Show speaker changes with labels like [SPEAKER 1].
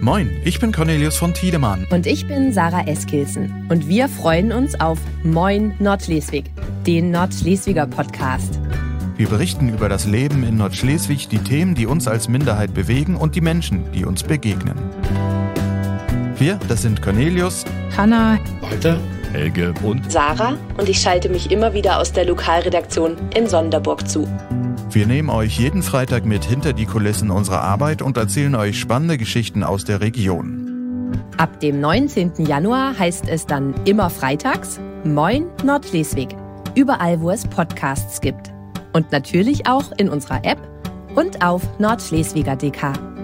[SPEAKER 1] Moin, ich bin Cornelius von Tiedemann.
[SPEAKER 2] Und ich bin Sarah Eskilsen. Und wir freuen uns auf Moin Nordschleswig, den Nordschleswiger Podcast.
[SPEAKER 1] Wir berichten über das Leben in Nordschleswig, die Themen, die uns als Minderheit bewegen und die Menschen, die uns begegnen. Wir, das sind Cornelius,
[SPEAKER 3] Hanna,
[SPEAKER 4] Walter,
[SPEAKER 5] Helge und
[SPEAKER 6] Sarah. Und ich schalte mich immer wieder aus der Lokalredaktion in Sonderburg zu.
[SPEAKER 1] Wir nehmen euch jeden Freitag mit hinter die Kulissen unserer Arbeit und erzählen euch spannende Geschichten aus der Region.
[SPEAKER 2] Ab dem 19. Januar heißt es dann immer freitags Moin Nordschleswig, überall wo es Podcasts gibt. Und natürlich auch in unserer App und auf nordschleswiger.dk.